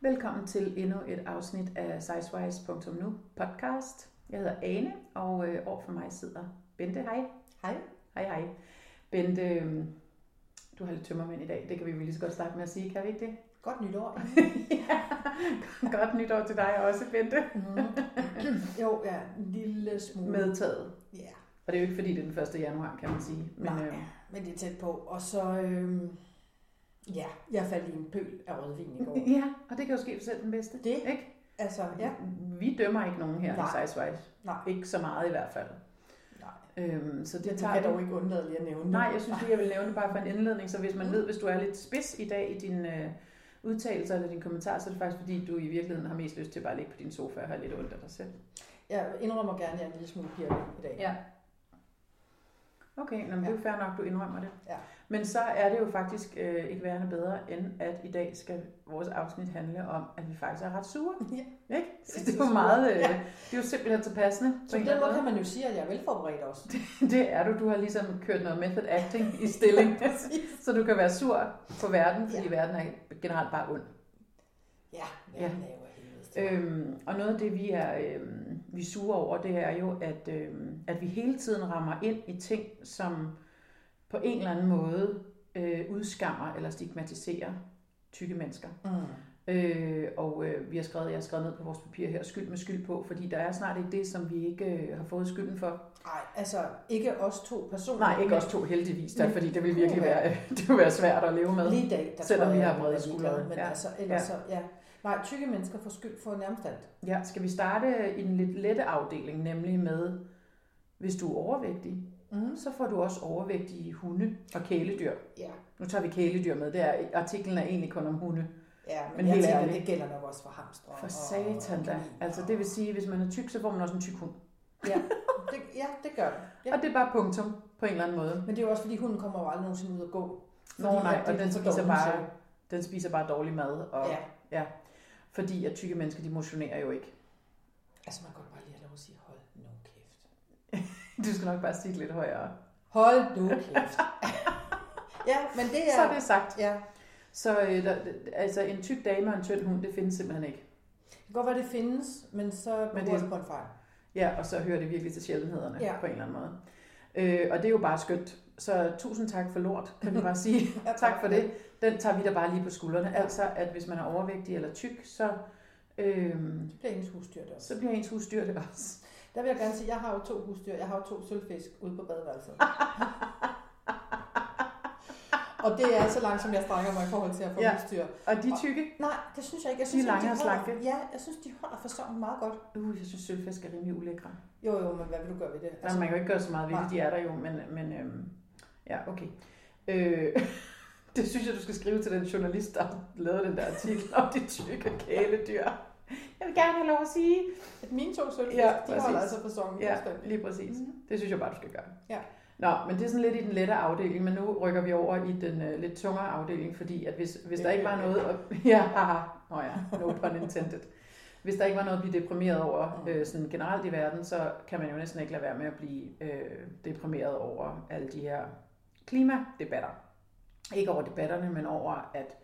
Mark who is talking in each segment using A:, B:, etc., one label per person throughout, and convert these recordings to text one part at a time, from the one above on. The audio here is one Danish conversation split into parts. A: Velkommen til endnu et afsnit af Sizewise.nu podcast. Jeg hedder Ane, og øh, over for mig sidder Bente. Hej.
B: Hej.
A: Hej, hej. Bente, øh, du har lidt tømmermænd i dag. Det kan vi vel lige så godt starte med at sige, kan vi ikke det?
B: Godt nytår.
A: ja. Godt nytår til dig også, Bente.
B: jo, ja, en lille smule.
A: Medtaget.
B: Ja,
A: Og det er jo ikke fordi, det er den 1. januar, kan man sige. Men
B: Nej.
A: øh,
B: men det er tæt på. Og så, øhm, ja, jeg faldt i en pøl af rødvin i går.
A: ja, og det kan jo ske for selv den bedste.
B: Det,
A: Ikke?
B: altså, ja.
A: Vi dømmer ikke nogen her
B: Nej.
A: i Sizewise.
B: Nej,
A: Ikke så meget i hvert fald.
B: nej.
A: Øhm, så det,
B: Det
A: tager
B: kan
A: vi-
B: dog ikke undlade lige at nævne.
A: Nej, jeg synes lige, jeg vil nævne det bare for en indledning, så hvis man
B: Mm.
A: ved, hvis du er lidt spids i dag i din øh, udtalelser eller din kommentar, så er det faktisk fordi, du i virkeligheden har mest lyst til bare at ligge på din sofa og have lidt ondt af dig selv.
B: Jeg indrømmer gerne, at jeg er en lille smule pirket i dag.
A: Ja. Okay, nå, men det er jo fair nok, du indrømmer det.
B: Ja.
A: Men så er det jo faktisk øh, ikke værende bedre, end at i dag skal vores afsnit handle om, at vi faktisk er ret sure. Ja. Ikke? Så det er jo meget, øh,
B: Ja.
A: det er jo simpelthen tilpassende.
B: Så på
A: en
B: den
A: eller
B: måde
A: anden
B: kan man jo sige, at jeg er velforberedt også.
A: måde. Det er du. Du har ligesom kørt noget method acting i stilling, så du kan være sur på verden, fordi
B: Ja.
A: verden er generelt bare ond.
B: Ja,
A: Ja.
B: jeg laver helvedes til.
A: Øhm, og noget af det, vi er, øhm, vi er sure over, det er jo, at, øhm, at vi hele tiden rammer ind i ting, som på en eller anden måde øh, udskammer eller stigmatiserer tykke mennesker.
B: Mm.
A: Øh, og øh, vi har skrevet, jeg har skrevet ned på vores papir her, skyld med skyld på, fordi der er snart ikke det, som vi ikke øh, har fået skylden for.
B: Nej, altså ikke os to personer.
A: Nej, ikke
B: men
A: os to heldigvis, der,
B: Men-
A: fordi det vil virkelig være, det vil være svært at leve med.
B: Lige i dag, der
A: Selvom
B: tror jeg,
A: vi har
B: jeg er
A: brede
B: ligeglad,
A: skuldre.
B: Men
A: Ja.
B: altså, ellers så, ja. Nej, tykke mennesker får skyld for nærmest alt.
A: Ja, skal vi starte i den lidt lette afdeling, nemlig med, hvis du er overvægtig,
B: Mm.
A: så får du også overvægtige hunde og kæledyr.
B: Ja,
A: Nu tager vi kæledyr med, det er, artiklen er egentlig kun om hunde.
B: Ja,
A: Men
B: men, men jeg
A: helt
B: tænker,
A: ærligt.
B: det gælder nok også for hamstre.
A: For
B: og-
A: satan da.
B: og kaniner
A: Altså det vil sige, at hvis man er tyk, så får man også en tyk hund.
B: Ja, det, ja, det gør det. Ja.
A: Og det er bare punktum på en eller anden måde.
B: Men det er jo også, fordi hunden kommer jo aldrig nogensinde ud at gå.
A: Nå
B: Fordi
A: nej,
B: at
A: og
B: det er
A: den
B: for
A: spiser
B: dårligt
A: bare,
B: til.
A: den spiser bare dårlig mad. Og,
B: Ja,
A: Fordi at tykke mennesker, de motionerer jo ikke.
B: altså man kan godt bare lige have lov at sige, hold nu kæft.
A: Du skal nok bare sige det lidt højere.
B: Hold nu kæft. ja, men det er...
A: Så er det sagt.
B: Ja,
A: Så øh, der, altså en tyk dame og en tynd hund, det findes simpelthen ikke.
B: det kan godt være, det findes, men så
A: Men
B: men
A: det-
B: det... på en fejl.
A: Ja, og så hører det virkelig til sjældenhederne ja.
B: Ja.
A: på en eller anden måde. Øh, og det er jo bare skønt. Så tusind tak for lort, kan vi bare sige.
B: Ja,
A: tak for det. Den tager vi da bare lige på skuldrene. Altså, at hvis man er overvægtig eller tyk, så, øh,
B: Det bliver ens husdyr der også.
A: så bliver ens husdyr det også.
B: Der vil jeg gerne sige, jeg har jo to husdyr. Jeg har jo to sølvfisk ude på badeværelset. og det er så langt, som jeg strækker mig i forhold til at få
A: Ja.
B: ja. husdyr.
A: Og de er tykke,
B: Nej, det synes jeg ikke. Jeg
A: De
B: synes,
A: er lange
B: ikke,
A: og
B: holder-
A: slanke.
B: Ja, jeg synes, de holder fasongen meget godt.
A: uh, jeg synes sølvfisk er rimelig ulækre.
B: Jo, jo, men hvad vil du gøre ved det?
A: Altså, man kan jo ikke gøre så meget ved det,
B: nej.
A: de er der jo, men, men øh, ja, okay. Øh, det synes jeg, du skal skrive til den journalist, der lavede den der artikel om de tykke kæledyr. Jeg vil gerne have lov at sige,
B: at mine to sølv,
A: Ja,
B: ja, de
A: præcis.
B: holder altså fasongen
A: Ja,
B: fuldstændig.
A: lige præcis.
B: Mhm.
A: Det synes jeg bare, du skal gøre.
B: Ja.
A: Nå, men det er sådan lidt i den lette afdeling, men nu rykker vi over i den øh, lidt tungere afdeling, fordi at hvis, hvis der ikke var noget at, ja, haha, nå ja, no pun intended. Hvis der ikke var noget at blive deprimeret
B: Mm.
A: over øh, sådan generelt i verden, så kan man jo næsten ikke lade være med at blive øh, deprimeret over alle de her klimadebatter. Ikke over debatterne, men over at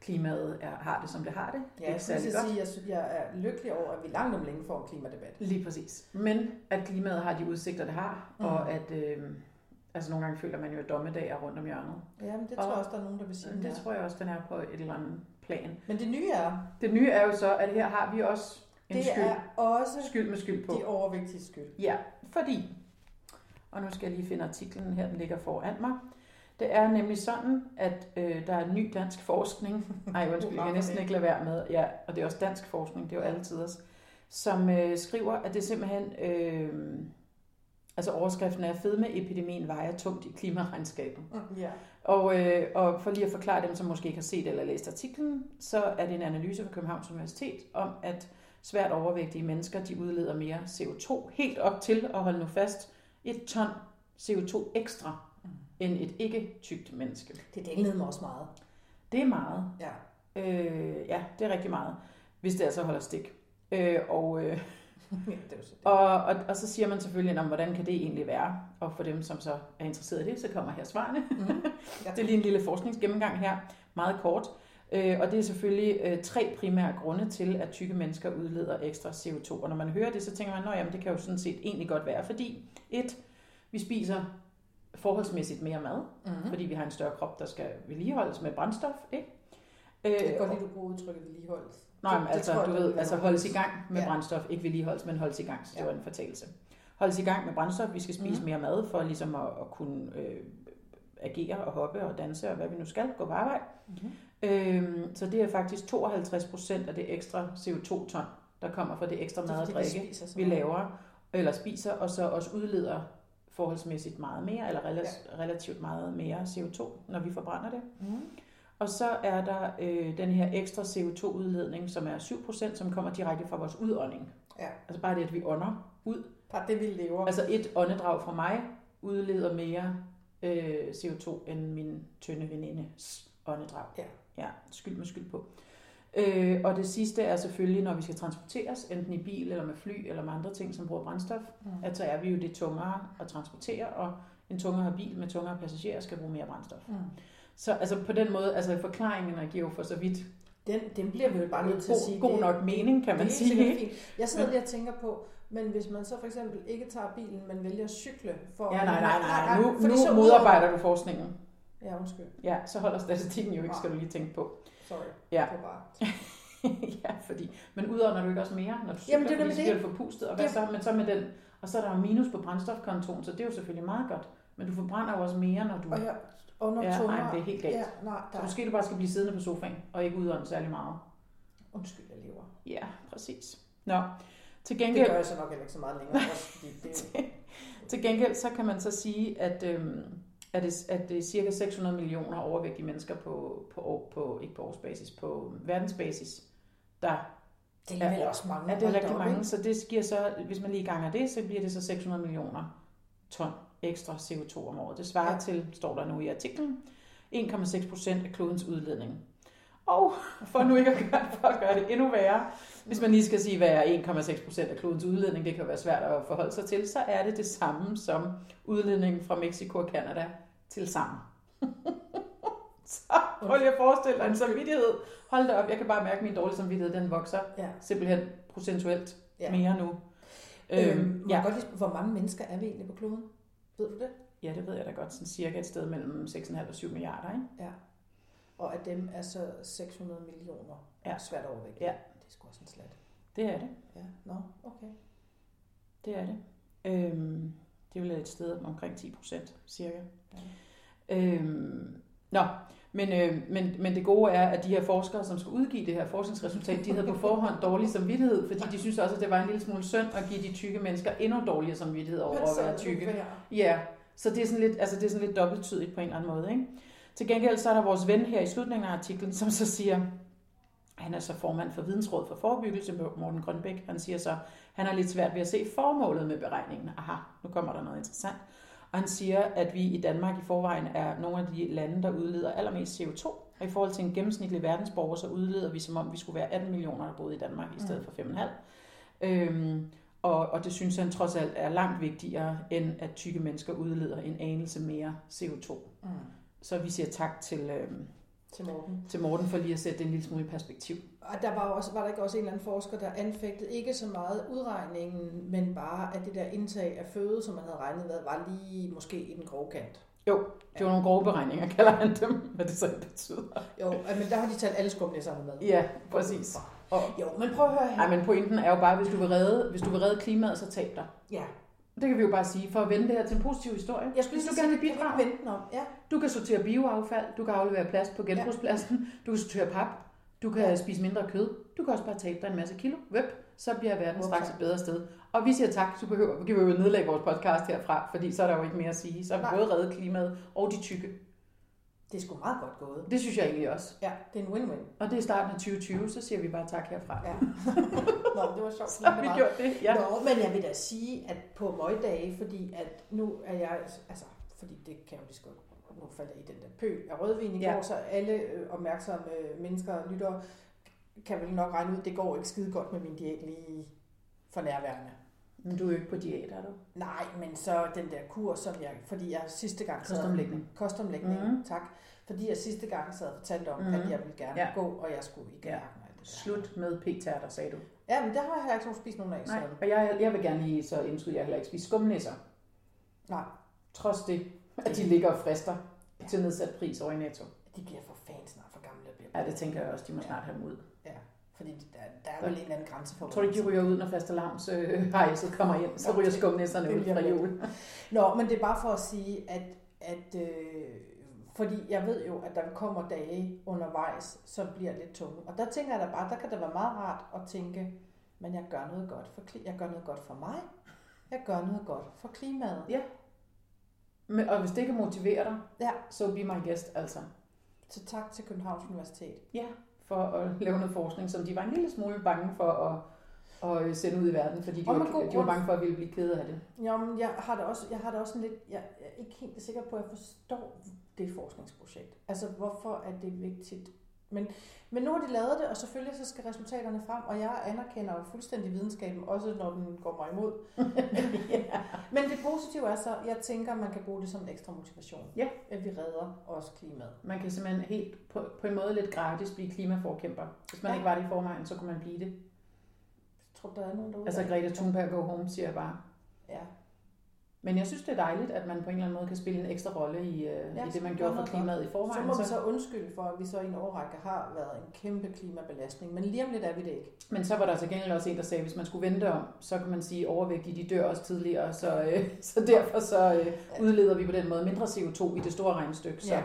A: klimaet er, har det, som det har det.
B: Ja, jeg
A: Ikke
B: skulle
A: særlig
B: til
A: godt.
B: at sige, at jeg, synes, jeg er lykkelig over, at vi langt om længe får en klimadebat.
A: Lige præcis. Men at klimaet har de udsigter, det har, mm.
B: Mhm.
A: og at øh, altså nogle gange føler man jo, at dommedag er rundt om hjørnet.
B: Ja, men det tror
A: Og-
B: jeg også, der er nogen, der vil sige.
A: Så det
B: den er.
A: tror jeg også, den er på et eller andet plan.
B: Men det nye er,
A: Det nye er jo så, at her har vi også en
B: det
A: skyld,
B: er også
A: skyld med skyld på.
B: de overvægtige skyld.
A: Ja, fordi, og nu skal jeg lige finde artiklen her, den ligger foran mig. Det er nemlig sådan, at øh, der er ny dansk forskning, nej undskyld, jeg kan næsten ikke lade være med, ja, og det er også dansk forskning, det er jo altid os, som øh, skriver, at det simpelthen, øh, altså overskriften er, fedmeepidemien vejer tungt i klimaregnskabet.
B: Ja.
A: Og, øh, og for lige at forklare dem, som måske ikke har set eller læst artiklen, så er det en analyse fra Københavns Universitet om, at svært overvægtige mennesker, de udleder mere CO2, helt op til, og hold nu fast, et ton CO2 ekstra
B: Mm.
A: end et ikke tykt menneske.
B: Det dænglede mig også meget.
A: Det er meget.
B: Ja.
A: Øh, ja, det er rigtig meget, hvis det altså holder stik. Øh, og, øh,
B: ja, det er jo så det.
A: og, og, og så siger man selvfølgelig, "Nå, hvordan kan det egentlig være? Og for dem, som så er interesseret i det, så kommer her svarene.
B: Mm.
A: Det er lige en lille forskningsgennemgang her, meget kort. Øh, og det er selvfølgelig øh, tre primære grunde til, at tykke mennesker udleder ekstra CO2. Og når man hører det, så tænker man, at jamen, det kan jo sådan set egentlig godt være, fordi et, vi spiser forholdsmæssigt mere mad,
B: Mm-hmm.
A: fordi vi har en større krop, der skal vedligeholdes med brændstof, ikke?
B: Jeg
A: Øh,
B: kan godt lide, du bruger udtrykket vedligeholdes.
A: Nej, men
B: Det- det
A: altså,
B: tror jeg,
A: du
B: der
A: ved,
B: vil
A: altså
B: være
A: holdes i gang med
B: Ja.
A: brændstof, ikke vedligeholdes, men holdes i gang, så det
B: Ja. Mhm.
A: var en fortalelse. Holdes i gang med brændstof, vi skal spise mere mad for ligesom at, at kunne øh, agere og hoppe og danse og hvad vi nu skal, gå på arbejde.
B: Mm-hmm.
A: Øhm, så det er faktisk 52 procent af det ekstra CO2-ton, der kommer fra det ekstra mad og drikke,
B: spiser så
A: vi
B: meget.
A: laver eller spiser, og så også udleder forholdsmæssigt meget mere, eller rela- relativt meget mere CO2, når vi forbrænder det.
B: Mhm.
A: Og så er der øh, den her ekstra CO2-udledning, som er 7%, som kommer direkte fra vores udånding.
B: Ja.
A: Altså bare det, at vi ånder.
B: Bare det, vi lever.
A: Altså et åndedrag fra mig udleder mere øh, CO2 end min tynde venindes åndedrag.
B: Ja.
A: ja skyld med skyld på. Øh, og det sidste er selvfølgelig, når vi skal transporteres, enten i bil eller med fly eller med andre ting, som bruger brændstof,
B: Mhm.
A: at så er vi jo det tungere at transportere, og en tungere bil med tungere passagerer skal bruge mere brændstof.
B: Mm.
A: Så altså på den måde, altså forklaringen er jo for så vidt
B: Den, den bliver vi jo bare nødt til at
A: god-
B: sige.
A: god
B: det-
A: nok
B: det-
A: mening, kan
B: det er
A: man
B: helt
A: sige,
B: sikkert
A: ikke?
B: fint. Jeg sidder lige og tænker på, men hvis man så for eksempel ikke tager bilen, men vælger at cykle for...
A: Ja, nej, nej, nej. Nu,
B: fordi så
A: nu modarbejder du forskningen.
B: Ja, undskyld.
A: Ja, så holder statistikken jo ikke, skal du lige tænke på.
B: Sorry.
A: Ja.
B: Det var bare...
A: ja, fordi, men udånder du ikke også mere, når du cykler,
B: Jamen, det er
A: fordi
B: nemlig
A: så
B: det.
A: bliver du forpustet, og hvad
B: Det-
A: så, men så med den, og så er der jo minus på brændstofkontoen, så det er jo selvfølgelig meget godt, men du forbrænder jo også mere, når du...
B: Og jeg under
A: ja,
B: tunger.
A: nej, det er helt galt.
B: Ja, nej,
A: Så
B: der er...
A: måske du bare skal blive siddende på sofaen, og ikke udånde særlig meget.
B: Undskyld, jeg lever.
A: Ja, præcis. Nå, til
B: Det
A: gengæld,
B: gør jeg så nok heller ikke så meget længere, også fordi det er
A: Til gengæld så kan man så sige, at, øhm, at, det, at det er cirka 600 millioner overvægtige mennesker på, på, år, på ikke på årsbasis, på verdensbasis, der
B: det er vel
A: Ja.
B: også mange.
A: er det
B: Hold da
A: rigtig
B: op,
A: mange.
B: ikke?
A: Så det giver så, hvis man lige ganger det, så bliver det så 600 millioner ton ekstra CO2 om året. Det svarer
B: Ja.
A: ja. til, står der nu i artiklen, 1,6 procent af klodens udledning. Og for nu ikke at gøre, for at gøre det endnu værre, hvis man lige skal sige, hvad er 1,6 procent af klodens udledning, det kan jo være svært at forholde sig til, så er det det samme som udledningen fra Mexico og Kanada til sammen. så prøv lige at forestille dig en samvittighed. Hold da op, jeg kan bare mærke, at min dårlige samvittighed den vokser
B: Ja.
A: simpelthen procentuelt
B: Ja.
A: ja. mere nu.
B: Øhm,
A: Øhm,
B: ja.
A: ja.
B: Godt lige, spørge, hvor mange mennesker er vi egentlig på kloden? Ved du det?
A: ja, det ved jeg da godt. Sådan cirka et sted mellem 6,5 og 7 milliarder. Ikke?
B: Og af dem er så 600 millioner
A: Ja.
B: svært overvægtige.
A: Ja.
B: Det er sgu også en slat.
A: Det er det.
B: Ja, nå, okay.
A: Det er det. Øhm, det vil et sted omkring 10 procent cirka.
B: Ja.
A: Øhm, nå, men, øh, men, men det gode er, at de her forskere, som skulle udgive det her forskningsresultat, de havde på forhånd dårlig samvittighed, fordi de synes også, at det var en lille smule synd at give de tykke mennesker endnu dårligere samvittighed over at være tykke. Ja, så det er sådan lidt, altså det er sådan lidt dobbelttydigt på en eller anden måde. Ikke? Til gengæld så er der vores ven her i slutningen af artiklen, som så siger, han er så formand for Vidensråd for Forebyggelse, Morten Grønbæk. Han siger så, han har lidt svært ved at se formålet med beregningen. Aha, nu kommer der noget interessant. Og han siger, at vi i Danmark i forvejen er nogle af de lande, der udleder allermest CO2. Og i forhold til en gennemsnitlig verdensborger, så udleder vi som om, vi skulle være 18 millioner, der boede i Danmark i stedet for 5,5. Øhm, og, og det synes han trods alt er langt vigtigere, end at tykke mennesker udleder en anelse mere CO2.
B: Mm.
A: Så vi siger tak til, øhm,
B: Til Morten.
A: til Morten for lige at sætte det en lille smule i perspektiv.
B: Og der var, jo også, var der ikke også en eller anden forsker, der anfægtede ikke så meget udregningen, men bare at det der indtag af føde, som man havde regnet med, var lige måske i den grove kant.
A: Det var nogle grove beregninger, kalder han dem, hvad det så betyder.
B: Jo, øh, men der har de taget alle skumnæsserne med.
A: Ja, præcis. Og,
B: Jo, men prøv at høre her.
A: ej, men pointen er jo bare, hvis du vil redde, hvis du vil redde klimaet, så tab dig.
B: Ja.
A: Det kan vi jo bare sige, for at vende det her til en positiv historie.
B: Jeg skulle
A: Hvis du
B: lige
A: gerne vil
B: sige, kan vi
A: bidrage.
B: ikke vente den om. Ja.
A: Du kan sortere bioaffald, du kan aflevere plast på genbrugspladsen, du kan sortere pap, du kan
B: Ja.
A: spise mindre kød, du kan også bare tabe dig en masse kilo. Vøp, så bliver verden
B: Hvorfor?
A: straks et bedre sted. Og vi siger tak, så behøver vi kan jo nedlægge vores podcast herfra, fordi så er der jo ikke mere at sige. Så har
B: Nej.
A: vi både reddet klimaet og de tykke.
B: Det er sgu meget godt gået.
A: Det synes jeg egentlig også.
B: Ja, det er en win-win.
A: Og det er starten af 2020, så siger vi bare tak herfra.
B: Ja. Nå, det var sjovt.
A: Så har vi gjort det, ja.
B: Nå, men jeg vil da sige, at på møgdage, fordi at nu er jeg, altså, fordi det kan jeg jo lige så godt, nu falder jeg i den der pøl af rødvin i
A: Ja.
B: går, så alle øh, opmærksomme øh, mennesker og lyttere kan vel nok regne ud, det går ikke skide godt med min diæt lige for nærværende.
A: Men du er jo ikke på diæt, er du?
B: Nej, men så den der kur, som jeg, fordi jeg sidste gang...
A: Kostomlægning.
B: Kostomlægning, mm.
A: Mhm.
B: tak. Fordi jeg sidste gang sad og fortalte om,
A: Mhm.
B: mm-hmm. at jeg ville gerne
A: Ja.
B: ja. gå, og jeg skulle i
A: Ja.
B: Danmark. Ja.
A: Slut med p-tærter, sagde du.
B: Ja, men der har jeg heller ikke nogen spist nogen af, så
A: Nej, og jeg, jeg vil gerne lige så indskyde, jeg heller ikke spise skumnisser.
B: nej,
A: Trods det, at de ligger og frister til nedsat pris over i Netto.
B: de bliver for fanden snart for gamle. og Bliver
A: Ja, det tænker jeg også, de må snart have dem ud.
B: Fordi der, der er vel en eller anden grænse for,
A: Jeg tror du ikke, de ryger ud, når faste lavns øh, hejset kommer ind? Så ryger skumnisserne ud fra jul.
B: Nå, men det er bare for at sige, at, at øh, fordi jeg ved jo, at der kommer dage undervejs, som bliver lidt tunge. Og der tænker jeg da bare, der kan det være meget rart at tænke, men jeg gør noget godt for, kli- jeg gør noget godt for mig. Jeg gør noget godt for klimaet.
A: Men, og hvis det kan motivere dig,
B: Ja.
A: så be my guest, altså.
B: Så tak til Københavns Universitet.
A: For at lave noget forskning, som de var en lille smule bange for at, at øh, sende ud i verden, fordi de,
B: Og
A: var,
B: med god
A: de var
B: grund.
A: bange for, at vi ville blive kede af det.
B: Jamen, jeg har da også, jeg har da også sådan lidt, jeg, jeg er ikke helt sikker på, at jeg forstår det forskningsprojekt. Altså, hvorfor er det vigtigt? Men, men nu har de lavet det, og selvfølgelig så skal resultaterne frem, og jeg anerkender jo fuldstændig videnskaben, også når den går mig imod. Men det positive er så, jeg tænker, man kan bruge det som en ekstra motivation.
A: Ja.
B: At vi redder også klimaet.
A: Man kan simpelthen helt på, på en måde lidt gratis blive klimaforkæmper. Hvis man
B: Ja.
A: ikke var det i forvejen, så kunne man blive det.
B: Jeg tror, der er nogen derude.
A: Altså
B: der-
A: Greta Thunberg go home, siger jeg bare.
B: Ja.
A: Men jeg synes, det er dejligt, at man på en eller anden måde kan spille en ekstra rolle i, øh,
B: Ja,
A: i det, man gjorde
B: så gør
A: for
B: noget
A: klimaet i
B: Så
A: forvejen.
B: må vi
A: Så,
B: så undskylde for, at vi så i en årrække har været en kæmpe klimabelastning. Men lige om lidt er vi det ikke.
A: men så var der til gengæld også en, der sagde, at hvis man skulle vente om, så kan man sige, at overvægtige de dør også tidligere, så, øh, så derfor så øh, udleder vi på den måde mindre CO2 i det store regnstykke. Så,
B: Ja.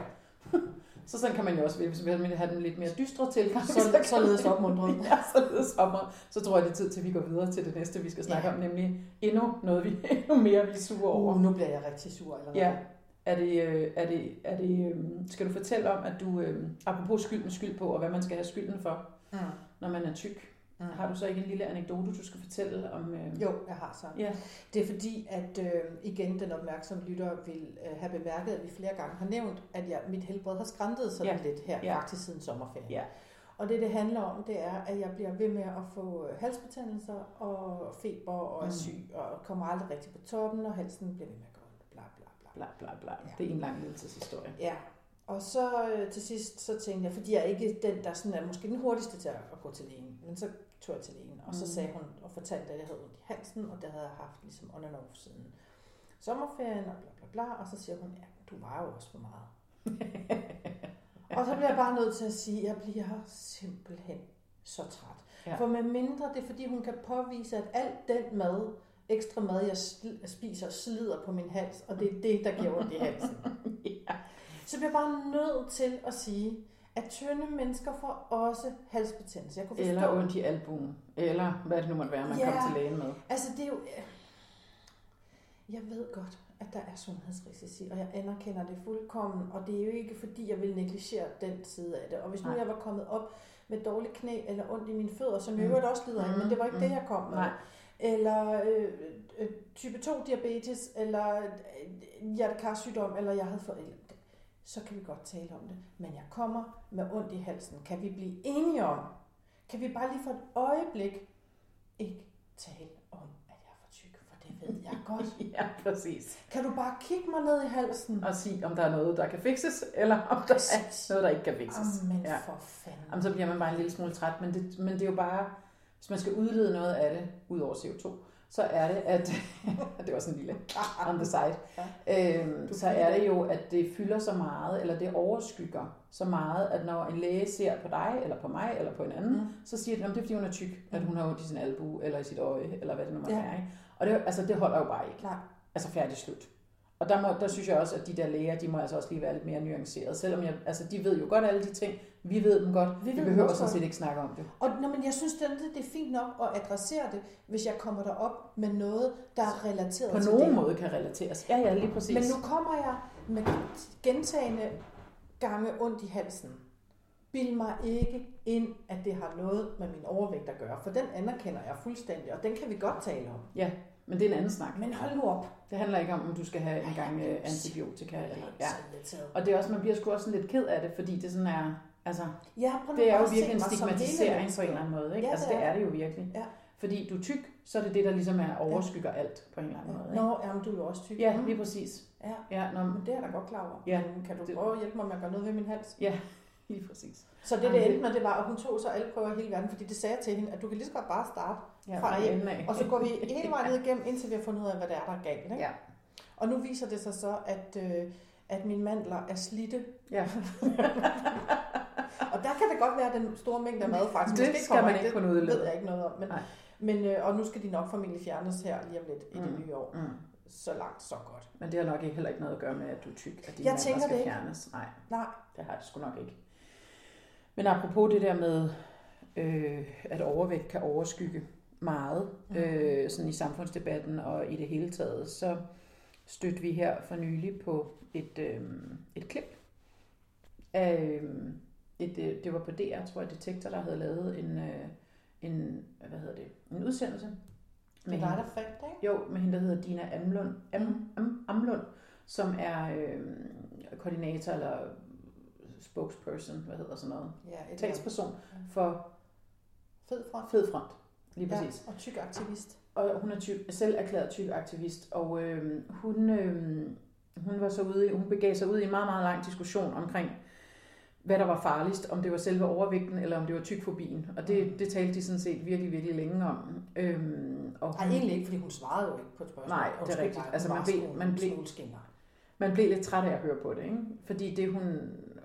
A: så sådan kan man jo også, hvis man vil have den lidt mere dystre tilgang,
B: Så-
A: kan
B: således
A: man-
B: opmuntret.
A: Ja, således opmuntret. Så tror jeg, det er tid til, at vi går videre til det næste, vi skal snakke
B: Ja.
A: om, nemlig endnu noget, vi endnu mere vi er sure over.
B: Uh, nu bliver jeg rigtig sur allerede.
A: Ja. Er det, øh, er det, er det, øh, skal du fortælle om, at du, øh, apropos skyld med skyld på, og hvad man skal have skylden for,
B: Mm.
A: når man er tyk,
B: Mm.
A: har du så ikke en lille anekdote, du skal fortælle om? Øh...
B: Jo, jeg har så.
A: Ja.
B: Det er fordi, at øh, igen den opmærksomme lytter vil øh, have bemærket, at vi flere gange har nævnt, at jeg, mit helbred har skræntet sådan
A: Ja.
B: lidt her,
A: Ja.
B: faktisk siden sommerferien.
A: Ja.
B: Og det, det handler om, det er, at jeg bliver ved med at få øh, halsbetændelser og feber og er
A: Mm.
B: syg og kommer aldrig rigtig på toppen, og halsen bliver ved med at gå ondt, bla bla bla.
A: Bla, bla, bla. Ja.
B: Ja.
A: Det er en lang lidelseshistorie.
B: Ja, og så øh, til sidst, så tænkte jeg, fordi jeg er ikke den, der sådan er måske den hurtigste til at at gå til lægen, men så tog jeg til lægen, og så
A: Mm.
B: sagde hun og fortalte, at jeg havde ondt i halsen, og det havde jeg haft ligesom on and off siden sommerferien, og bla bla bla, og så siger hun, ja, du var jo også for meget. og så bliver jeg bare nødt til at sige, at jeg bliver simpelthen så træt.
A: Ja.
B: Ja. For med mindre det er, fordi hun kan påvise, at alt den mad, ekstra mad, jeg sl- spiser, slider på min hals, og det er det, der giver ondt i halsen.
A: Ja.
B: Så bliver jeg bare nødt til at sige, at tynde mennesker får også halsbetændelse. Jeg kunne forstå,
A: Eller ondt i albuen. Eller hvad det nu måtte være, man
B: Ja.
A: yeah. kom til lægen med.
B: Altså, det er jo... Jeg ved godt, at der er sundhedsrisici, og jeg anerkender det fuldkommen, og det er jo ikke, fordi jeg vil negligere den side af det. Og hvis nu
A: Nej.
B: jeg var kommet op med dårlige knæ eller ondt i mine fødder, som jeg
A: Mm.
B: i øvrigt også lider af, men det var ikke
A: Mm,
B: det, jeg kom med.
A: Nej.
B: Eller øh, øh, type 2-diabetes, eller øh, hjertekarsygdom, eller jeg havde fået el- så kan vi godt tale om det. Men jeg kommer med ondt i halsen. Kan vi blive enige om, kan vi bare lige for et øjeblik ikke tale om, at jeg er for tyk, for det ved jeg godt.
A: Ja, præcis.
B: Kan du bare kigge mig ned i halsen?
A: Og sige, om der er noget, der kan fikses, eller om der er
B: Præcis.
A: noget, der ikke kan fikses.
B: Amen
A: Ja.
B: for fanden.
A: Jamen, så bliver man bare en lille smule træt, men det, men det er jo bare, hvis man skal udlede noget af det, ud over CO2, så er det, at, det var sådan en lille on the side, øhm,
B: Ah. Du
A: så er det jo, at det fylder så meget, eller det overskygger så meget, at når en læge ser på dig, eller på mig, eller på en anden,
B: Mm.
A: så siger de, at det er fordi, hun er tyk, at hun har ondt i sin albue, eller i sit øje, eller hvad det nu måtte
B: Ja.
A: være. Ikke? Og det, altså, det holder jo bare ikke.
B: Nej.
A: Altså færdig slut. Og der, må, der synes jeg også, at de der læger, de må altså også lige være lidt mere nuancerede. Selvom jeg, altså, de ved jo godt alle de ting. Vi ved dem godt.
B: Vi
A: Vi
B: ved dem
A: behøver
B: også
A: sådan
B: godt.
A: set ikke snakke om det.
B: Og nå, men jeg synes, det, det er fint nok at adressere det, hvis jeg kommer derop med noget, der er relateret
A: På
B: til
A: nogen
B: altså det.
A: måde kan relateres. Ja, ja, lige præcis.
B: Men nu kommer jeg med gentagende gange ondt i halsen. Bild mig ikke ind, at det har noget med min overvægt at gøre, for den anerkender jeg fuldstændig, og den kan vi godt tale om.
A: Men det er en anden snak.
B: Men hold nu op.
A: Det handler ikke om, om du skal have en
B: Ej,
A: gang
B: jeg
A: øh,
B: blev så
A: antibiotika. Eller, ja.
B: Ja.
A: Og det er også, man bliver sgu også sådan lidt ked af det, fordi det sådan er... Altså,
B: Ja, prøv nu
A: det er
B: bare
A: jo
B: at se
A: virkelig en
B: mig som hele
A: stigmatisering
B: mennesket.
A: på en eller anden måde. Ikke?
B: Ja,
A: altså,
B: det
A: det
B: er
A: er det jo virkelig.
B: Ja.
A: Fordi du er tyk, så er det det, der ligesom er overskygger alt på en eller anden måde. Ikke?
B: Nå, jamen, du er jo også tyk.
A: Ja,
B: Mm.
A: lige præcis.
B: ja.
A: Ja, nå,
B: Men det er jeg da godt klar over.
A: Ja.
B: Men Kan du
A: Det-
B: prøve at hjælpe mig med at gøre noget ved min hals?
A: lige præcis.
B: Så det, det
A: Jamen, det-
B: endte med, det var, at hun tog så alle prøver i hele verden, fordi det sagde jeg til hende, at du kan lige så godt bare starte,
A: Ja,
B: Fra
A: fra enden af.
B: og så går vi hele vejen ned igennem, indtil vi har fundet ud af, hvad der er, der er galt. Ikke?
A: Ja.
B: Og nu viser det sig så, at, øh, at mine mandler er slidte.
A: Ja.
B: Og der kan det godt være, at den store mængde af mad faktisk
A: Det
B: Altså, måske
A: skal
B: kommer
A: man
B: ind.
A: ikke kunne
B: Det ved
A: udlede.
B: jeg ikke noget om. Men,
A: Nej.
B: men, øh, og nu skal de nok formentlig fjernes her lige om lidt i det
A: Mm.
B: nye år.
A: Mm.
B: Så langt, så godt.
A: Men det har nok ikke heller ikke noget at gøre med, at du er tyk, at dine
B: Jeg
A: mandler
B: tænker
A: skal
B: det ikke.
A: fjernes. Nej,
B: Nej.
A: det har det sgu nok ikke. Men apropos det der med, øh, at overvægt kan overskygge meget,
B: Mhm.
A: øh, sådan i samfundsdebatten og i det hele taget, så stødte vi her for nylig på et, øh, et klip af, øh, et, øh, det var på DR, tror jeg, Detektor, der havde lavet en, øh, en hvad hedder det, en udsendelse.
B: Det er dig, der fandt det, ikke?
A: Jo, med hende, der hedder Dina Amlund,
B: Mhm.
A: Am, Am, Amlund som er øh, koordinator eller spokesperson, hvad hedder sådan noget,
B: Ja, et eller andet.
A: talsperson for
B: fed front.
A: Fed Front, lige præcis.
B: Ja, og tyk aktivist.
A: Og hun er tyk, selv erklæret tyk aktivist, og øh, hun, øh, hun, var så ude, i- hun begav sig ud i en meget, meget lang diskussion omkring, hvad der var farligst, om det var selve overvægten, eller om det var tykfobien. Og
B: Mhm.
A: det, det talte de sådan set virkelig, virkelig længe om. Øhm, og
B: Nej, egentlig ikke, fordi hun svarede jo ikke på et spørgsmål.
A: Nej, det er rigtigt. Altså, man blev- man blev-
B: Solskinner.
A: man blev lidt træt af at høre på det, ikke? fordi det hun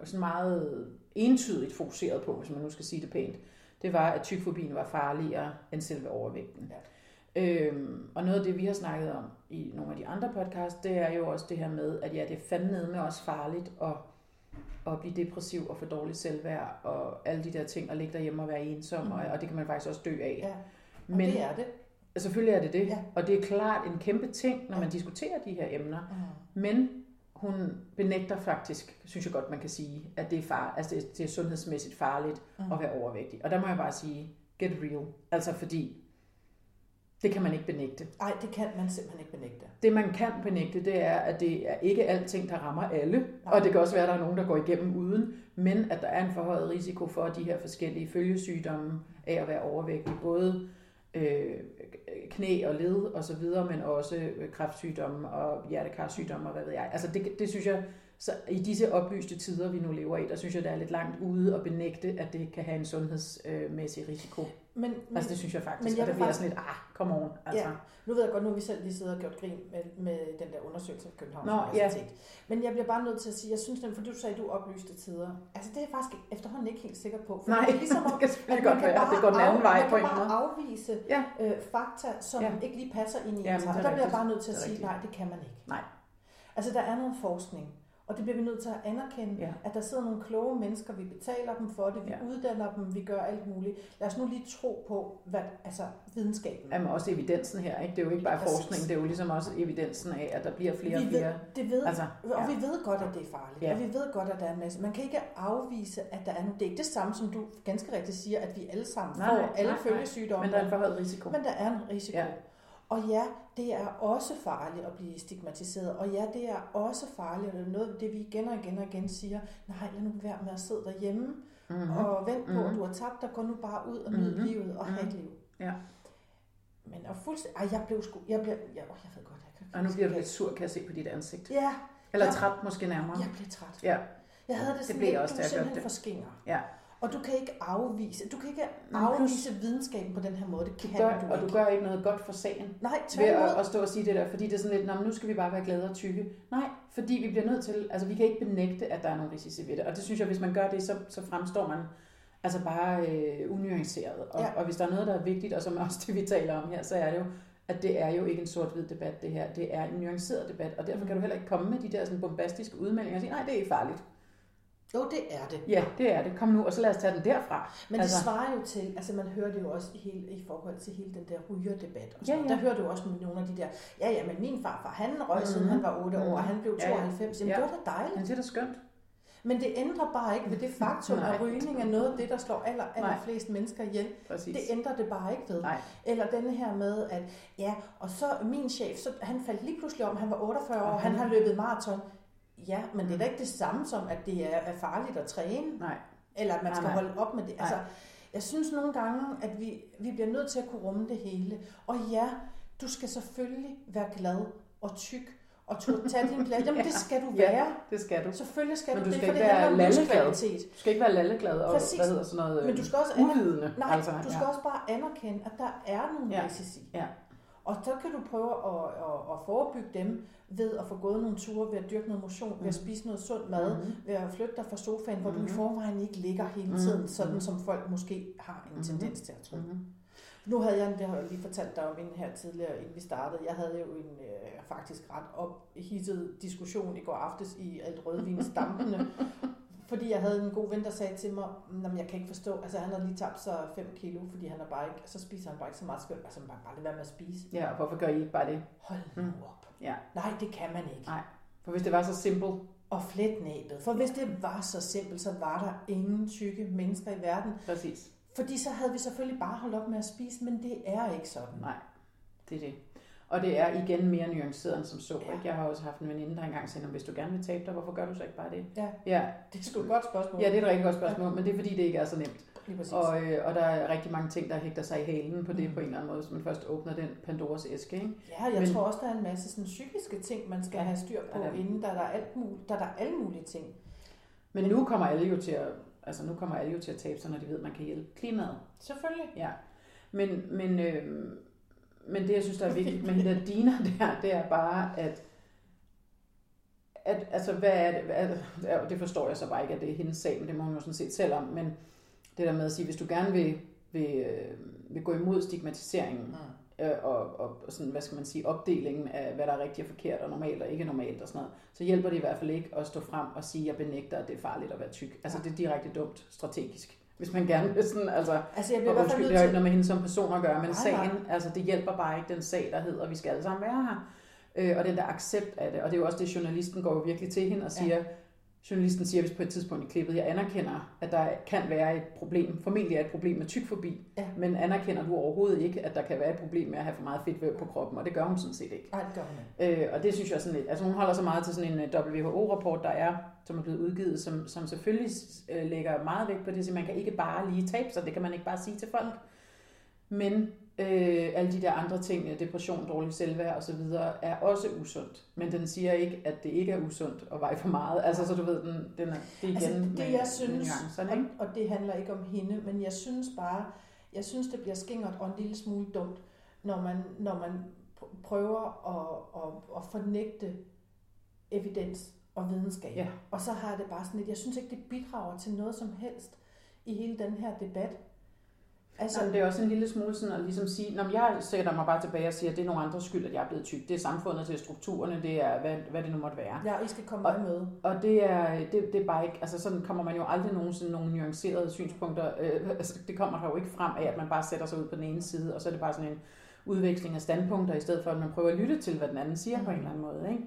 A: sådan meget entydigt fokuserede på, hvis man nu skal sige det pænt, det var, at tykfobien var farligere end selve overvægten. Ja. Øhm, og noget af det, vi har snakket om i nogle af de andre podcasts, det er jo også det her med, at ja, det er fandme med også farligt at, at blive depressiv og få dårligt selvværd og alle de der ting, og ligge derhjemme og være ensom, mm. og, og det kan man faktisk også dø af.
B: Mm-hmm. Ja. Og Men... det er det.
A: Selvfølgelig er det det,
B: Ja.
A: og det er klart en kæmpe ting, når man diskuterer de her emner. Men hun benægter faktisk, synes jeg godt, man kan sige, at det er, far, altså det er, det er sundhedsmæssigt farligt
B: Mm.
A: mm. at være overvægtig. Og der må jeg bare sige, get real. Altså fordi, det kan man ikke benægte.
B: Nej, det kan man simpelthen ikke benægte.
A: Det man kan benægte, det er, at det er ikke alting, der rammer alle.
B: Nej.
A: Og det kan også være, at der er nogen, der går igennem uden. Men at der er en forhøjet risiko for de her forskellige følgesygdomme af at være overvægtig. Både øh, knæ og led og så videre, men også øh, kræftsygdomme og hjertekarsygdomme og hvad ved jeg. Altså det, det synes jeg, så i disse oplyste tider, vi nu lever i, der synes jeg, det er lidt langt ude at benægte, at det kan have en sundhedsmæssig risiko.
B: Men, men
A: Altså det synes jeg faktisk.
B: men jeg
A: og der
B: vil
A: bliver jeg
B: faktisk-
A: sådan lidt, ah, come on. Altså.
B: nu ved jeg godt, nu har vi selv lige siddet og gjort grin med, med den der undersøgelse fra Københavns
A: Nå, ja.
B: Universitet. Men jeg bliver bare nødt til at sige, jeg synes, den, for du sagde, du oplyste tider. Altså det er jeg faktisk efterhånden ikke helt sikker på. For
A: Nej,
B: det er ligesom om,
A: det kan
B: at
A: selvfølgelig
B: man
A: godt
B: kan
A: være, at
B: bare
A: det går den anden
B: af-
A: vej på en
B: Man kan
A: måde.
B: bare afvise
A: Ja.
B: øh, fakta, som
A: Ja.
B: ikke lige passer ind i
A: Jamen,
B: ens
A: det
B: Og
A: er
B: der bliver jeg
A: rigtigt.
B: bare nødt til at
A: Det er
B: sige,
A: rigtigt.
B: nej, det kan man ikke.
A: Nej.
B: Altså der er noget forskning, og det bliver vi nødt til at anerkende,
A: Ja.
B: at der sidder nogle kloge mennesker, vi betaler dem for det, vi
A: Ja.
B: uddanner dem, vi gør alt muligt. Lad os nu lige tro på, hvad, altså videnskaben.
A: Jamen også evidensen her, ikke? Det er jo ikke bare
B: Præcis.
A: forskning, det er jo ligesom også evidensen af, at der bliver flere og
B: vi
A: flere.
B: ved, det ved
A: Altså,
B: Og
A: ja.
B: vi ved godt, at det er farligt, ja.
A: Ja.
B: og vi ved godt, at der er en masse. Man kan ikke afvise, at der er noget. Det er ikke det samme, som du ganske rigtigt siger, at vi alle sammen
A: Nej,
B: får
A: nej,
B: alle
A: nej, nej.
B: følgesygdomme.
A: Men der er en forhøjet risiko.
B: Men der er en risiko. Ja.
A: Ja.
B: Og ja, det er også farligt at blive stigmatiseret. Og ja, det er også farligt, og det er noget af det, vi igen og igen og igen siger, nej, lad nu være med at sidde derhjemme
A: Mm-hmm.
B: mm-hmm. og vent på, mm-hmm. at
A: Mhm.
B: du har tabt dig. Gå nu bare ud og nyd mm-hmm.
A: Mhm.
B: livet og have et liv.
A: Ja.
B: Men og fuldstændig... Ej, jeg blev sgu... Jeg blev... Jeg, åh, jeg ved godt, jeg kan
A: Og nu bliver du lidt sur, kan jeg se på dit ansigt.
B: Ja,
A: Eller
B: Ja.
A: træt måske nærmere.
B: jeg blev træt.
A: Ah. Ja.
B: Jeg havde det,
A: Det
B: sådan
A: blev
B: lidt,
A: jeg også,
B: du
A: da
B: er
A: jeg
B: simpelthen
A: hørte
B: for skinger.
A: Ja.
B: Og du kan ikke afvise, du kan ikke
A: Nå, men
B: afvise videnskaben på den her måde. Det kan
A: Du gør,
B: du
A: og
B: ikke.
A: du gør ikke noget godt for sagen
B: Nej,
A: ved
B: tværtimod.
A: at, at stå og sige det der, fordi det er sådan lidt, "Nå, men nu skal vi bare være glade og tykke. Nej, fordi vi bliver nødt til, altså vi kan ikke benægte, at der er nogle risici ved det. Og det synes jeg, hvis man gør det, så, så fremstår man altså bare øh, unuanceret. Og,
B: Ja.
A: ja. og hvis der er noget, der er vigtigt, og som også det, vi taler om her, så er det jo, at det er jo ikke en sort-hvid debat, det her. Det er en nuanceret debat, og derfor kan du heller ikke komme med de der sådan bombastiske udmeldinger og sige, nej, det er ikke farligt.
B: Jo, det er det.
A: Ja, det er det. Kom nu, og så lad os tage den derfra.
B: Men
A: Altså-
B: altså, det svarer jo til, altså man hører det jo også i, hele, i forhold til hele den der rygerdebat. Og
A: Ja,
B: sådan.
A: ja.
B: Der hører du også med nogle af de der, ja ja, men min farfar, han røg, mm-hmm. siden han var 8 år, og han blev
A: Mhm. Ja, ja.
B: 92. Jamen,
A: Ja.
B: det var da dejligt.
A: Men det er da skønt.
B: Men det ændrer bare ikke ved det faktum,
A: Nej.
B: at rygning er noget af det, der slår aller, aller
A: Nej.
B: flest mennesker ihjel.
A: Præcis.
B: Det ændrer det bare ikke ved.
A: Nej.
B: Eller denne her med, at ja, og så min chef, så han faldt lige pludselig om, han var 48 år, han har løbet maraton. Ja, men det
A: Mm.
B: er da ikke det samme som, at det er er farligt at træne,
A: Nej.
B: eller at man
A: Nej,
B: skal
A: nej.
B: holde op med det. Altså, Jeg synes nogle gange, at vi, vi bliver nødt til at kunne rumme det hele. Og ja, du skal selvfølgelig være glad og tyk og turde tage din plads. Jamen, det skal du
A: Ja.
B: være.
A: Det skal du.
B: Selvfølgelig skal
A: Men
B: du,
A: du
B: det,
A: skal
B: for
A: ikke
B: det handler om
A: være lalleglad.
B: livskvalitet.
A: Du skal ikke være lalleglad og
B: Præcis.
A: hvad hedder sådan noget
B: Men du skal også
A: øh, uvidende.
B: Nej,
A: altså,
B: altså, du skal ja. også bare anerkende, at der er nogle
A: Ja.
B: ja. risici.
A: Ja.
B: Og så kan du prøve at, at, at forebygge dem ved at få gået nogle ture, ved at dyrke noget motion, mm. ved at spise noget sund mad, mm. ved at flytte dig fra sofaen, hvor mm. du i
A: Mhm.
B: forvejen ikke ligger hele
A: Mhm.
B: tiden, mm. sådan
A: Mhm.
B: som folk måske har en
A: Mhm.
B: tendens til at tro.
A: Mm-hmm.
B: Nu havde jeg, det har jeg lige fortalt dig om inden her tidligere, inden vi startede, jeg havde jo en øh, faktisk ret ophidset diskussion i går aftes i alt rødvinsdampene, fordi jeg havde en god ven, der sagde til mig, at jeg kan ikke forstå, altså han har lige tabt sig 5 kilo, fordi han er bare ikke, så spiser han bare ikke så meget skønt, altså man kan bare lade være med at spise.
A: Ja, og hvorfor gør I ikke bare det?
B: Hold nu op.
A: Mm. Ja.
B: Nej, det kan man ikke.
A: Nej. For hvis det var så simpelt.
B: Og flet næbet. For hvis det var så simpelt, så var der ingen tykke mennesker i verden.
A: Præcis.
B: Fordi så havde vi selvfølgelig bare holdt op med at spise, men det er ikke sådan.
A: Nej, det er det. Og det er igen mere nuanceret end som så.
B: Ja.
A: Ikke? Jeg har også haft en veninde, der engang sagde, "Nå, hvis du gerne vil tabe dig, hvorfor gør du så ikke bare det?
B: Ja.
A: Ja,
B: Det er sgu et godt spørgsmål.
A: ja det er et rigtig godt spørgsmål, men det er fordi, det ikke er så nemt.
B: Lige præcis. Mhm.
A: Og, øh, og der er rigtig mange ting, der hægter sig i halen på det på en eller anden måde, hvis man først åbner den Pandoras æske. Ikke?
B: Ja, jeg
A: Men-
B: men, tror også, der er en masse sådan, psykiske ting, man skal
A: Ja,
B: ja, have styr på,
A: der er det.
B: inden der er der, alt muligt, der er der alle mulige ting.
A: Men nu kommer alle jo til at, altså nu kommer alle jo til at tabe sig, når de ved, at man kan hjælpe klimaet.
B: Selvfølgelig.
A: Ja. Men, men, øh, men det, jeg synes, der er vigtigt med hende der Dina der, det er bare, at, at altså, hvad er det? Hvad, ja, det forstår jeg så bare ikke, at det er hendes sag, men det må hun jo sådan set selv om. Men det der med at sige, hvis du gerne vil, vil, øh, vil gå imod stigmatiseringen,
B: Mm.
A: øh, og, og sådan, hvad skal man sige, opdelingen af, hvad der er rigtigt og forkert, og normalt og ikke normalt og sådan noget, så hjælper det i hvert fald ikke at stå frem og sige, at jeg benægter, at det er farligt at være tyk. Altså, det er direkte dumt strategisk, hvis man gerne vil sådan, altså...
B: Altså, jeg bliver i
A: Og
B: hvert fald
A: undskyld, det har ikke
B: nødt til...
A: noget med hende som person at gøre, men
B: Nej,
A: sagen, altså det hjælper bare ikke den sag, der hedder, vi skal alle sammen være her. Øh, og den der accept af det, og det er jo også det, journalisten går jo virkelig til hende og
B: Ja.
A: siger, journalisten siger vist på et tidspunkt i klippet, jeg anerkender, at der kan være et problem, formentlig er et problem med tykfobi,
B: Ja.
A: men anerkender du overhovedet ikke, at der kan være et problem med at have for meget fedtvæv på kroppen, og det gør hun sådan set ikke.
B: Nej, det gør hun ikke.
A: Øh, og det synes jeg sådan lidt, altså hun holder så meget til sådan en WHO-rapport, der er, som er blevet udgivet, som, som selvfølgelig øh, lægger meget vægt på det, så man kan ikke bare lige tabe sig, det kan man ikke bare sige til folk. Men øh, alle de der andre ting, øh, depression, dårlig selvværd osv., er også usundt. Men den siger ikke, at det ikke er usundt at veje for meget. Altså, så du ved, den, den er, det er igen
B: Altså, det,
A: med-
B: jeg
A: med
B: synes,
A: nuancerne, ikke?
B: og, og det handler ikke om hende, men jeg synes bare, jeg synes, det bliver skingert og en lille smule dumt, når man, når man pr- prøver at, at, at fornægte evidens og videnskab.
A: Ja.
B: Og så har jeg det bare sådan lidt, jeg synes ikke, det bidrager til noget som helst i hele den her debat.
A: Altså, det er også en lille smule sådan at ligesom sige, når jeg sætter mig bare tilbage og siger, at det er nogle andres skyld, at jeg er blevet tyk. Det er samfundet, det er strukturerne, det er hvad, hvad det nu måtte være.
B: Ja, I skal komme og, med møde.
A: Og det er, det, det er bare ikke, altså sådan kommer man jo aldrig nogensinde nogle nuancerede synspunkter, øh, altså det kommer der jo ikke frem af, at man bare sætter sig ud på den ene side, og så er det bare sådan en udveksling af standpunkter, i stedet for at man prøver at lytte til, hvad den anden siger på
B: Mm.
A: en eller anden måde, ikke?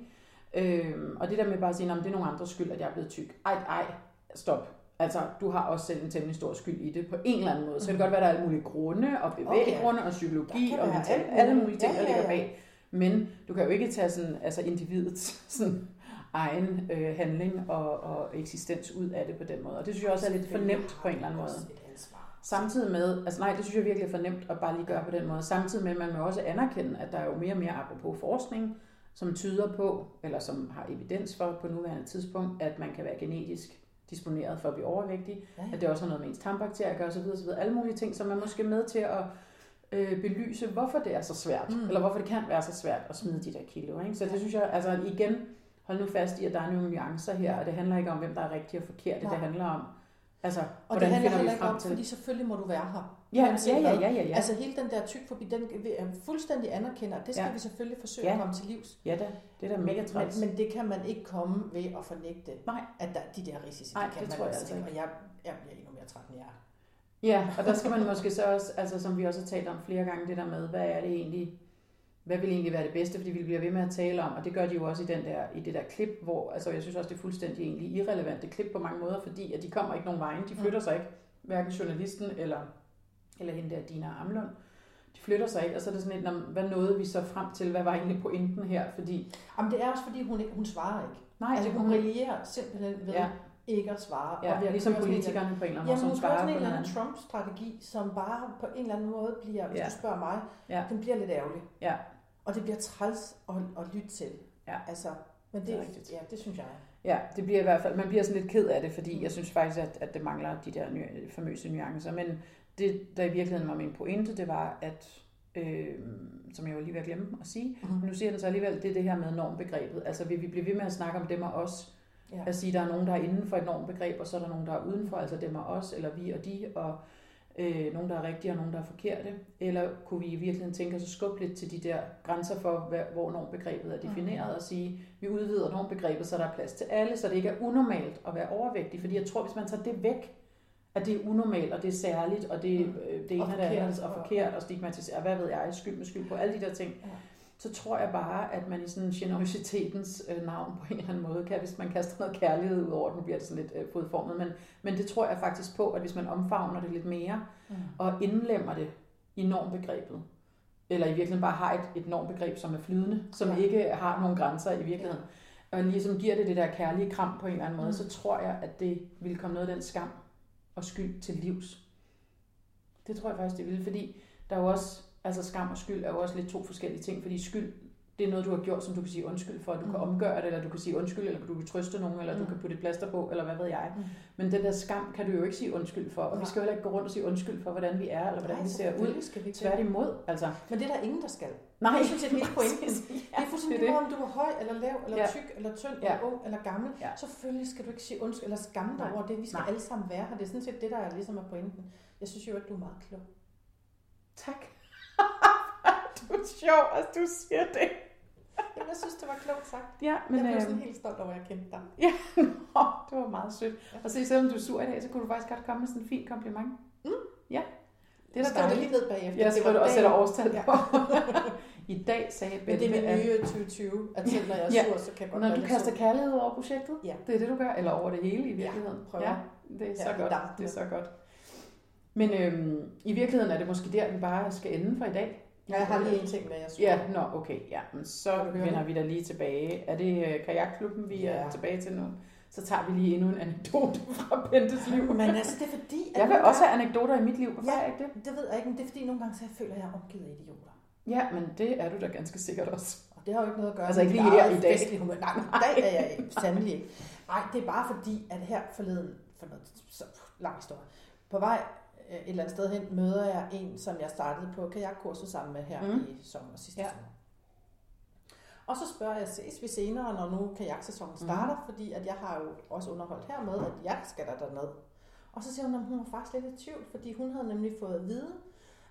A: Øhm, og det der med bare at sige, "Nå, men det er nogen andres skyld, at jeg er blevet tyk. Ej, ej, stop. Altså, du har også selv en temmelig stor skyld i det på en eller anden måde. Så kan det godt være, at der er alle mulige grunde, og bevæggrunde, og psykologi,
B: Der kan
A: og
B: være
A: mental,
B: alt
A: alle
B: muligt.
A: mulige ting,
B: Ja,
A: der
B: ja,
A: ligger
B: ja.
A: bag. Men du kan jo ikke tage sådan, altså individets sådan, egen øh, handling og, og eksistens ud af det på den måde. Og det synes jeg også er lidt fornemt på en eller anden måde.
B: Også et ansvar.
A: Samtidig med, altså nej, det synes jeg virkelig er fornemt at bare lige gøre på den måde. Samtidig med, at man må også anerkende, at der er jo mere og mere apropos forskning, som tyder på, eller som har evidens for på nuværende tidspunkt, at man kan være genetisk disponeret for at blive overvægtig,
B: Ja, ja.
A: at det også har noget med ens tarmbakterier at gøre osv. osv. Alle mulige ting, som er måske med til at øh, belyse, hvorfor det er så svært, mm.
B: Mm.
A: eller hvorfor det kan være så svært at smide de der kilo. Ikke? Så det synes jeg, altså igen, hold nu fast i, at der er nogle nuancer her, og det handler ikke om, hvem der er rigtig og forkert, det, det
B: Nej.
A: handler om, altså,
B: Og det
A: hvordan
B: handler
A: finder
B: heller
A: vi
B: ikke
A: frem
B: om,
A: til
B: fordi selvfølgelig må du være her.
A: Ja,
B: uanset
A: ja, ja,
B: hvad.
A: ja, ja, ja.
B: Altså hele den der tyk forbi, den vi er fuldstændig anerkender, at det skal
A: Ja.
B: ja. vi selvfølgelig forsøge
A: Ja.
B: ja. at komme til livs.
A: Ja, da. det er da mega træls.
B: men, men det kan man ikke komme ved at fornægte,
A: Nej.
B: at der, de der risici,
A: Nej,
B: kan
A: det
B: man
A: tror jeg
B: altså
A: altså
B: ikke. Og jeg, jeg bliver endnu mere træt end jer.
A: Ja, og der skal man måske så også, altså, som vi også har talt om flere gange, det der med, hvad er det egentlig, hvad vil egentlig være det bedste, fordi vi bliver ved med at tale om, og det gør de jo også i, den der, i det der klip, hvor altså, jeg synes også, det er fuldstændig egentlig irrelevant det klip på mange måder, fordi at de kommer ikke nogen vejen, de
B: Mm.
A: flytter sig ikke, hverken journalisten eller, eller hende der, Dina Amlund. De flytter sig ikke, og så er det sådan lidt, "Nå, hvad nåede vi så frem til, hvad var egentlig pointen her, fordi
B: Jamen det er også fordi, hun, ikke, hun svarer ikke.
A: nej,
B: altså hun
A: hun,
B: brillerer simpelthen ved
A: Ja.
B: ja. ikke at svare.
A: Ja,
B: virkelig
A: ligesom
B: også en eller-
A: politikerne på en eller anden måde,
B: Jamen,
A: som
B: måske også
A: sparer
B: en
A: på
B: eller
A: hinanden.
B: anden Trump-strategi, som bare på en eller anden måde bliver, hvis
A: Ja.
B: du spørger mig,
A: Ja.
B: den bliver lidt ærgerlig.
A: Ja.
B: Og det bliver træls at, at lytte til.
A: Ja.
B: Altså, men det,
A: Det er
B: det
A: rigtigt.
B: ja, det synes jeg.
A: Ja, det bliver i hvert fald, man bliver sådan lidt ked af det, fordi
B: Mm.
A: jeg synes faktisk, at, at det mangler de der ny, famøse nuancer. Men det, der i virkeligheden var min pointe, det var, at, øh, som jeg var lige ved at glemme at sige,
B: Mhm.
A: nu siger den så alligevel, det er det her med normbegrebet. Altså vil vi blive ved med at snakke om dem og os?
B: Ja.
A: At sige, der er nogen, der er inden for et normbegreb, og så er der nogen, der er udenfor, altså dem og os, eller vi og de, og øh, nogen, der er rigtige, og nogen, der er forkerte. Eller kunne vi i virkeligheden tænke os at skubbe lidt til de der grænser for, hvad, hvor normbegrebet er
B: Mm-hmm.
A: defineret, og sige, vi udvider normbegrebet, så der er plads til alle, så det ikke er unormalt at være overvægtig. Fordi jeg tror, hvis man tager det væk, at det er unormalt, og det er særligt, og det,
B: Mm.
A: øh, det ene
B: Og
A: og det andet,
B: forkert,
A: og
B: og-
A: forkert, og stigmatisere, hvad ved jeg, skyld med skyld på, alle de der ting,
B: Ja.
A: så tror jeg bare, at man i sådan generositetens øh, navn på en eller anden måde kan, hvis man kaster noget kærlighed ud over den, bliver det sådan lidt øh, fodformet. Men, men det tror jeg faktisk på, at hvis man omfavner det lidt mere,
B: Mm.
A: og indlemmer det i normbegrebet, eller i virkeligheden bare har et, et normbegreb, som er flydende, som
B: Ja.
A: ja. ikke har nogen grænser i virkeligheden, og ligesom giver det det der kærlige kram på en eller anden måde,
B: Mm.
A: mm. så tror jeg, at det vil komme noget af den skam og skyld til livs. Det tror jeg faktisk, det vil, fordi der er jo også, altså skam og skyld er jo også lidt to forskellige ting, fordi skyld, det er noget, du har gjort, som du kan sige undskyld for, at du
B: Mm.
A: kan omgøre det, eller du kan sige undskyld, eller du kan trøste nogen, eller
B: Mm.
A: du kan putte et plaster på, eller hvad ved jeg.
B: Mm.
A: Men den der skam kan du jo ikke sige undskyld for, og
B: Nej.
A: vi skal jo heller ikke gå rundt og sige undskyld for, hvordan vi er, eller hvordan
B: Nej,
A: vi ser ud.
B: selvfølgelig Skal vi ikke det.
A: Tværtimod, altså.
B: Men det er der ingen, der skal.
A: Nej,
B: Det synes jeg, det er hele pointen.
A: Præcis. Ja,
B: det er fuldstændig lige meget, om du er høj eller lav, eller
A: Ja.
B: tyk, eller tynd,
A: Ja.
B: eller ung, eller gammel.
A: Ja.
B: Selvfølgelig skal du ikke sige undskyld, eller skamme dig
A: Nej.
B: over det. Vi skal
A: Nej.
B: alle sammen være her. Det er sådan set det, der er ligesom er pointen. Jeg synes jo, at du er meget klog.
A: Tak. du er sjov, at du siger det.
B: Jamen, jeg synes, det var klogt sagt.
A: Ja,
B: Men,
A: men
B: jeg blev
A: øh,
B: sådan helt stolt over, at jeg kendte dig.
A: det var meget sødt.
B: Ja.
A: Og se, selvom du er sur i dag, så kunne du faktisk godt komme med sådan en fin kompliment.
B: Mm.
A: Ja, det er da
B: Skriv det
A: dejligt.
B: lige ned bagefter.
A: Jeg
B: Det
A: skriver
B: var
A: det og sætter
B: dagen.
A: årstal
B: Ja.
A: på. I dag sagde
B: Men det er
A: Bente,
B: min
A: at
B: nye 2020, at selv når jeg er
A: Ja.
B: sur, så kan jeg godt
A: når
B: være
A: du
B: lidt
A: kaster
B: sur.
A: kærlighed over projektet,
B: Ja.
A: det er det, du gør, eller over det hele i virkeligheden.
B: prøver.
A: det er så
B: Ja,
A: godt.
B: dampende.
A: Det er så godt. Men øhm, i virkeligheden er det måske der, vi bare skal ende for i dag.
B: Ja, jeg har lige en ting med, jeg er sur.
A: Ja, nå, okay. Ja, men så
B: Kan du høre
A: vender vi da lige tilbage. Er det øh, kajakklubben, vi ja.
B: Ja.
A: er tilbage til nu? Så tager vi lige endnu en anekdote fra Bentes liv.
B: Men altså, det er fordi... at
A: jeg vil
B: nogle
A: også have anekdoter i mit liv. Hvorfor
B: Ja.
A: ja. er jeg ikke det?
B: gange- Det ved jeg ikke, men det er fordi nogle gange, så jeg føler, at jeg er omgivet af idioter.
A: Ja, men det er du da ganske sikkert også.
B: Og det har jo ikke noget at gøre
A: Altså, ikke
B: mit
A: lige her
B: eget
A: i dag.
B: festlige humør. Nej, i dag er jeg ikke- sandelig ikke. Nej, det er bare fordi, at her forleden, for noget så lang historie, på vej øh, et eller andet sted hen, møder jeg en, som jeg startede på kajakkurset sammen med her mm.
A: Mm.
B: i sommer sidste ja.
A: Ja.
B: sommer. Og så spørger jeg, ses vi senere, når nu kajaksæsonen starter, mm. fordi at jeg har jo også underholdt her med, at jeg skal der derned. Og så siger hun, at hun var faktisk lidt i tvivl, fordi hun havde nemlig fået at vide,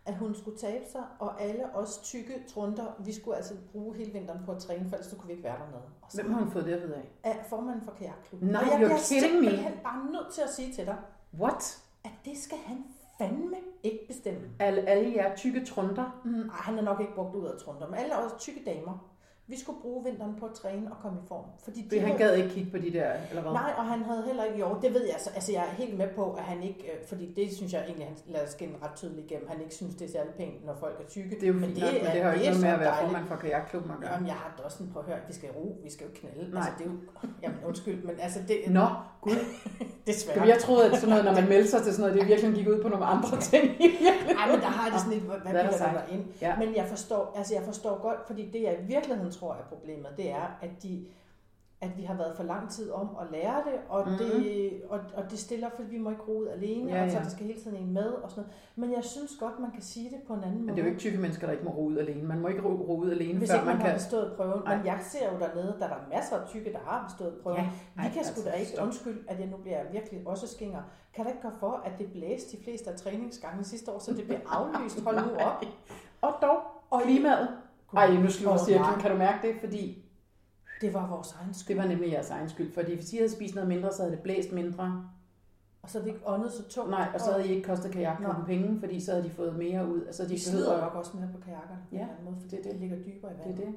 B: at hun skulle tabe sig, og alle os tykke trunder, vi skulle altså bruge hele vinteren på at træne, for ellers så kunne vi ikke være dernede. Og så
A: Hvem har hun fået det at vide af?
B: er formanden for kajakklubben.
A: Nej,
B: og jeg
A: you're
B: bliver
A: kidding me.
B: simpelthen bare nødt til at sige til dig,
A: What?
B: at det skal han fandme ikke bestemme.
A: Alle, alle jer tykke trunder?
B: Mm, ej, han er nok ikke brugt ud af trunder, men alle os tykke damer, vi skulle bruge vinteren på at træne og komme i form. Fordi de
A: Fordi han
B: havde-
A: gad ikke kigge på de der, eller hvad?
B: Nej, og han havde heller ikke, jo, det ved jeg, så, altså jeg er helt med på, at han ikke, øh, fordi det synes jeg egentlig, han lader skinne ret tydeligt igennem, han ikke synes, det er særlig pænt, når folk er tykke.
A: Det er jo fint nok, men det har jo ikke noget med at være formand for kajakklubben at gøre.
B: Jamen, jeg har det også sådan, prøv at høre, vi skal ro, vi skal jo ikke knalde.
A: Nej.
B: Altså, det er jo, jamen undskyld, men altså det,
A: Nå, gud.
B: desværre.
A: Jamen, Jeg troede, at sådan noget, når man meldte sig til sådan noget, det virkelig gik ud på nogle andre ting.
B: Ej, men der har jeg det sådan lidt, hvad hvad
A: Hvad er der
B: bliver der
A: sagt?
B: der ind?
A: Ja.
B: Men jeg forstår, altså jeg forstår godt, fordi det jeg i virkeligheden tror er problemet, det er, at de at vi har været for lang tid om at lære det, og, mm-hmm. det, og, og det stiller, fordi vi må ikke rode alene, ja,
A: Mhm. Ja,
B: og så
A: ja.
B: der skal hele tiden en med, og sådan noget. Men jeg synes godt, man kan sige det på en anden
A: Men
B: måde.
A: det er jo ikke tykke mennesker, der ikke må rode alene. Man må ikke ro- rode alene,
B: Hvis
A: før
B: ikke man,
A: man
B: har
A: kan...
B: bestået prøven. Men
A: Nej.
B: jeg ser jo dernede, der er der masser af tykke, der har bestået prøven. Ja, vi
A: ej,
B: kan sgu
A: altså,
B: da ikke,
A: stop.
B: undskyld, at jeg nu bliver virkelig også skinger. Kan der ikke gøre for, at det blæste de fleste af træningsgange sidste år, så det bliver aflyst? Hold nu op.
A: Og dog,
B: Og
A: klimaet. Ej, nu slutter
B: Åh, nej.
A: cirklen. Kan du mærke det? Fordi
B: Det var vores egen skyld.
A: det var nemlig jeres egen skyld. Fordi hvis I havde spist noget mindre, så havde det blæst mindre.
B: Og så havde vi ikke åndet så tungt.
A: Nej, og så havde I ikke kostet kajakklubben penge, fordi så havde de fået mere ud. Altså, de
B: de slider
A: sidder...
B: nok også mere på kajakkerne. på en
A: Ja,
B: eller anden måde, fordi
A: det
B: det,
A: er det.
B: det. ligger dybere i
A: Det er
B: vandet.
A: det.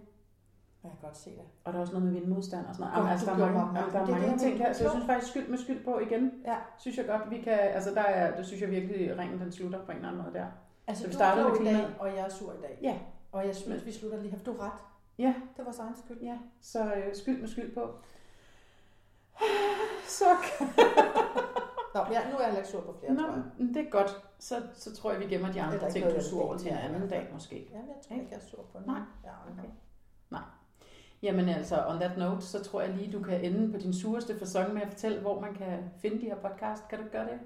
B: Ja, jeg kan godt se det.
A: Og der er også noget med vindmodstand og sådan noget.
B: Godt,
A: Jamen, altså,
B: du
A: der
B: gjorde
A: er mange,
B: mig
A: jamen, der er
B: opmærksom.
A: mange
B: Det er det, jeg
A: ting
B: mener.
A: her, så jeg synes faktisk skyld med skyld på igen.
B: Ja.
A: Synes jeg godt, vi kan, altså der er, det synes jeg virkelig, ringen den slutter på en eller anden måde der.
B: Altså,
A: Så vi
B: du er
A: startede
B: klog
A: med
B: i dag,
A: klimaet.
B: og jeg er sur i dag.
A: Ja.
B: Og jeg synes, vi slutter lige her. Du har ret.
A: Ja.
B: Det var vores egen skyld.
A: Ja, så øh, skyld med skyld på.
B: Suk. Nå, men jeg, nu er jeg heller ikke sur på flere,
A: Nå,
B: tror jeg.
A: men det er godt. Så, så tror jeg, vi gemmer de
B: Det er der
A: andre
B: ikke
A: ting, du
B: noget,
A: er
B: jeg
A: sur over
B: vil
A: til en
B: dele med
A: anden
B: jer.
A: dag måske.
B: Jamen, jeg tror
A: Ikke?
B: ikke, jeg er sur på den.
A: Nej.
B: Ja,
A: Okay.
B: okay.
A: Jamen altså, on that note, så tror jeg lige, du kan ende på din sureste fasong med at fortælle, hvor man kan finde de her podcast. Kan du ikke gøre det?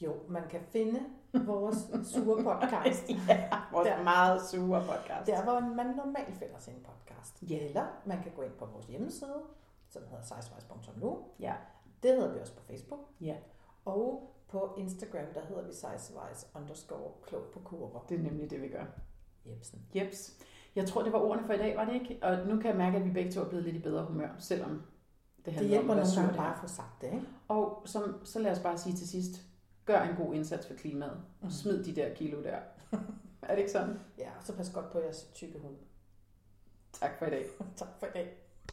B: Jo, man kan finde vores sure podcast.
A: Vores
B: Der.
A: meget sure podcast.
B: Der, hvor man normalt finder sin podcast.
A: Ja.
B: Eller man kan gå ind på vores hjemmeside, som hedder sejsvejs.nu.
A: Ja.
B: Det hedder vi også på Facebook.
A: Ja.
B: Og på Instagram, der hedder vi sejsvejs underscore klog på kurver.
A: Det er nemlig det, vi gør.
B: Jebsen.
A: Jeps. Jeg tror, det var ordene for i dag, var det ikke? Og nu kan jeg mærke, at vi begge to er blevet lidt i bedre humør, selvom det
B: Det
A: handler om
B: hjælper
A: at være
B: nogle
A: sur.
B: gange
A: Det
B: bare
A: her.
B: at få sagt det, ikke?
A: og som, så lad os bare sige til sidst, gør en god indsats for klimaet.
B: Mhm.
A: Og smid de der kilo der. er det ikke sådan?
B: Ja, og så pas godt på jeres tykke hund.
A: Tak for i dag.
B: tak for i dag.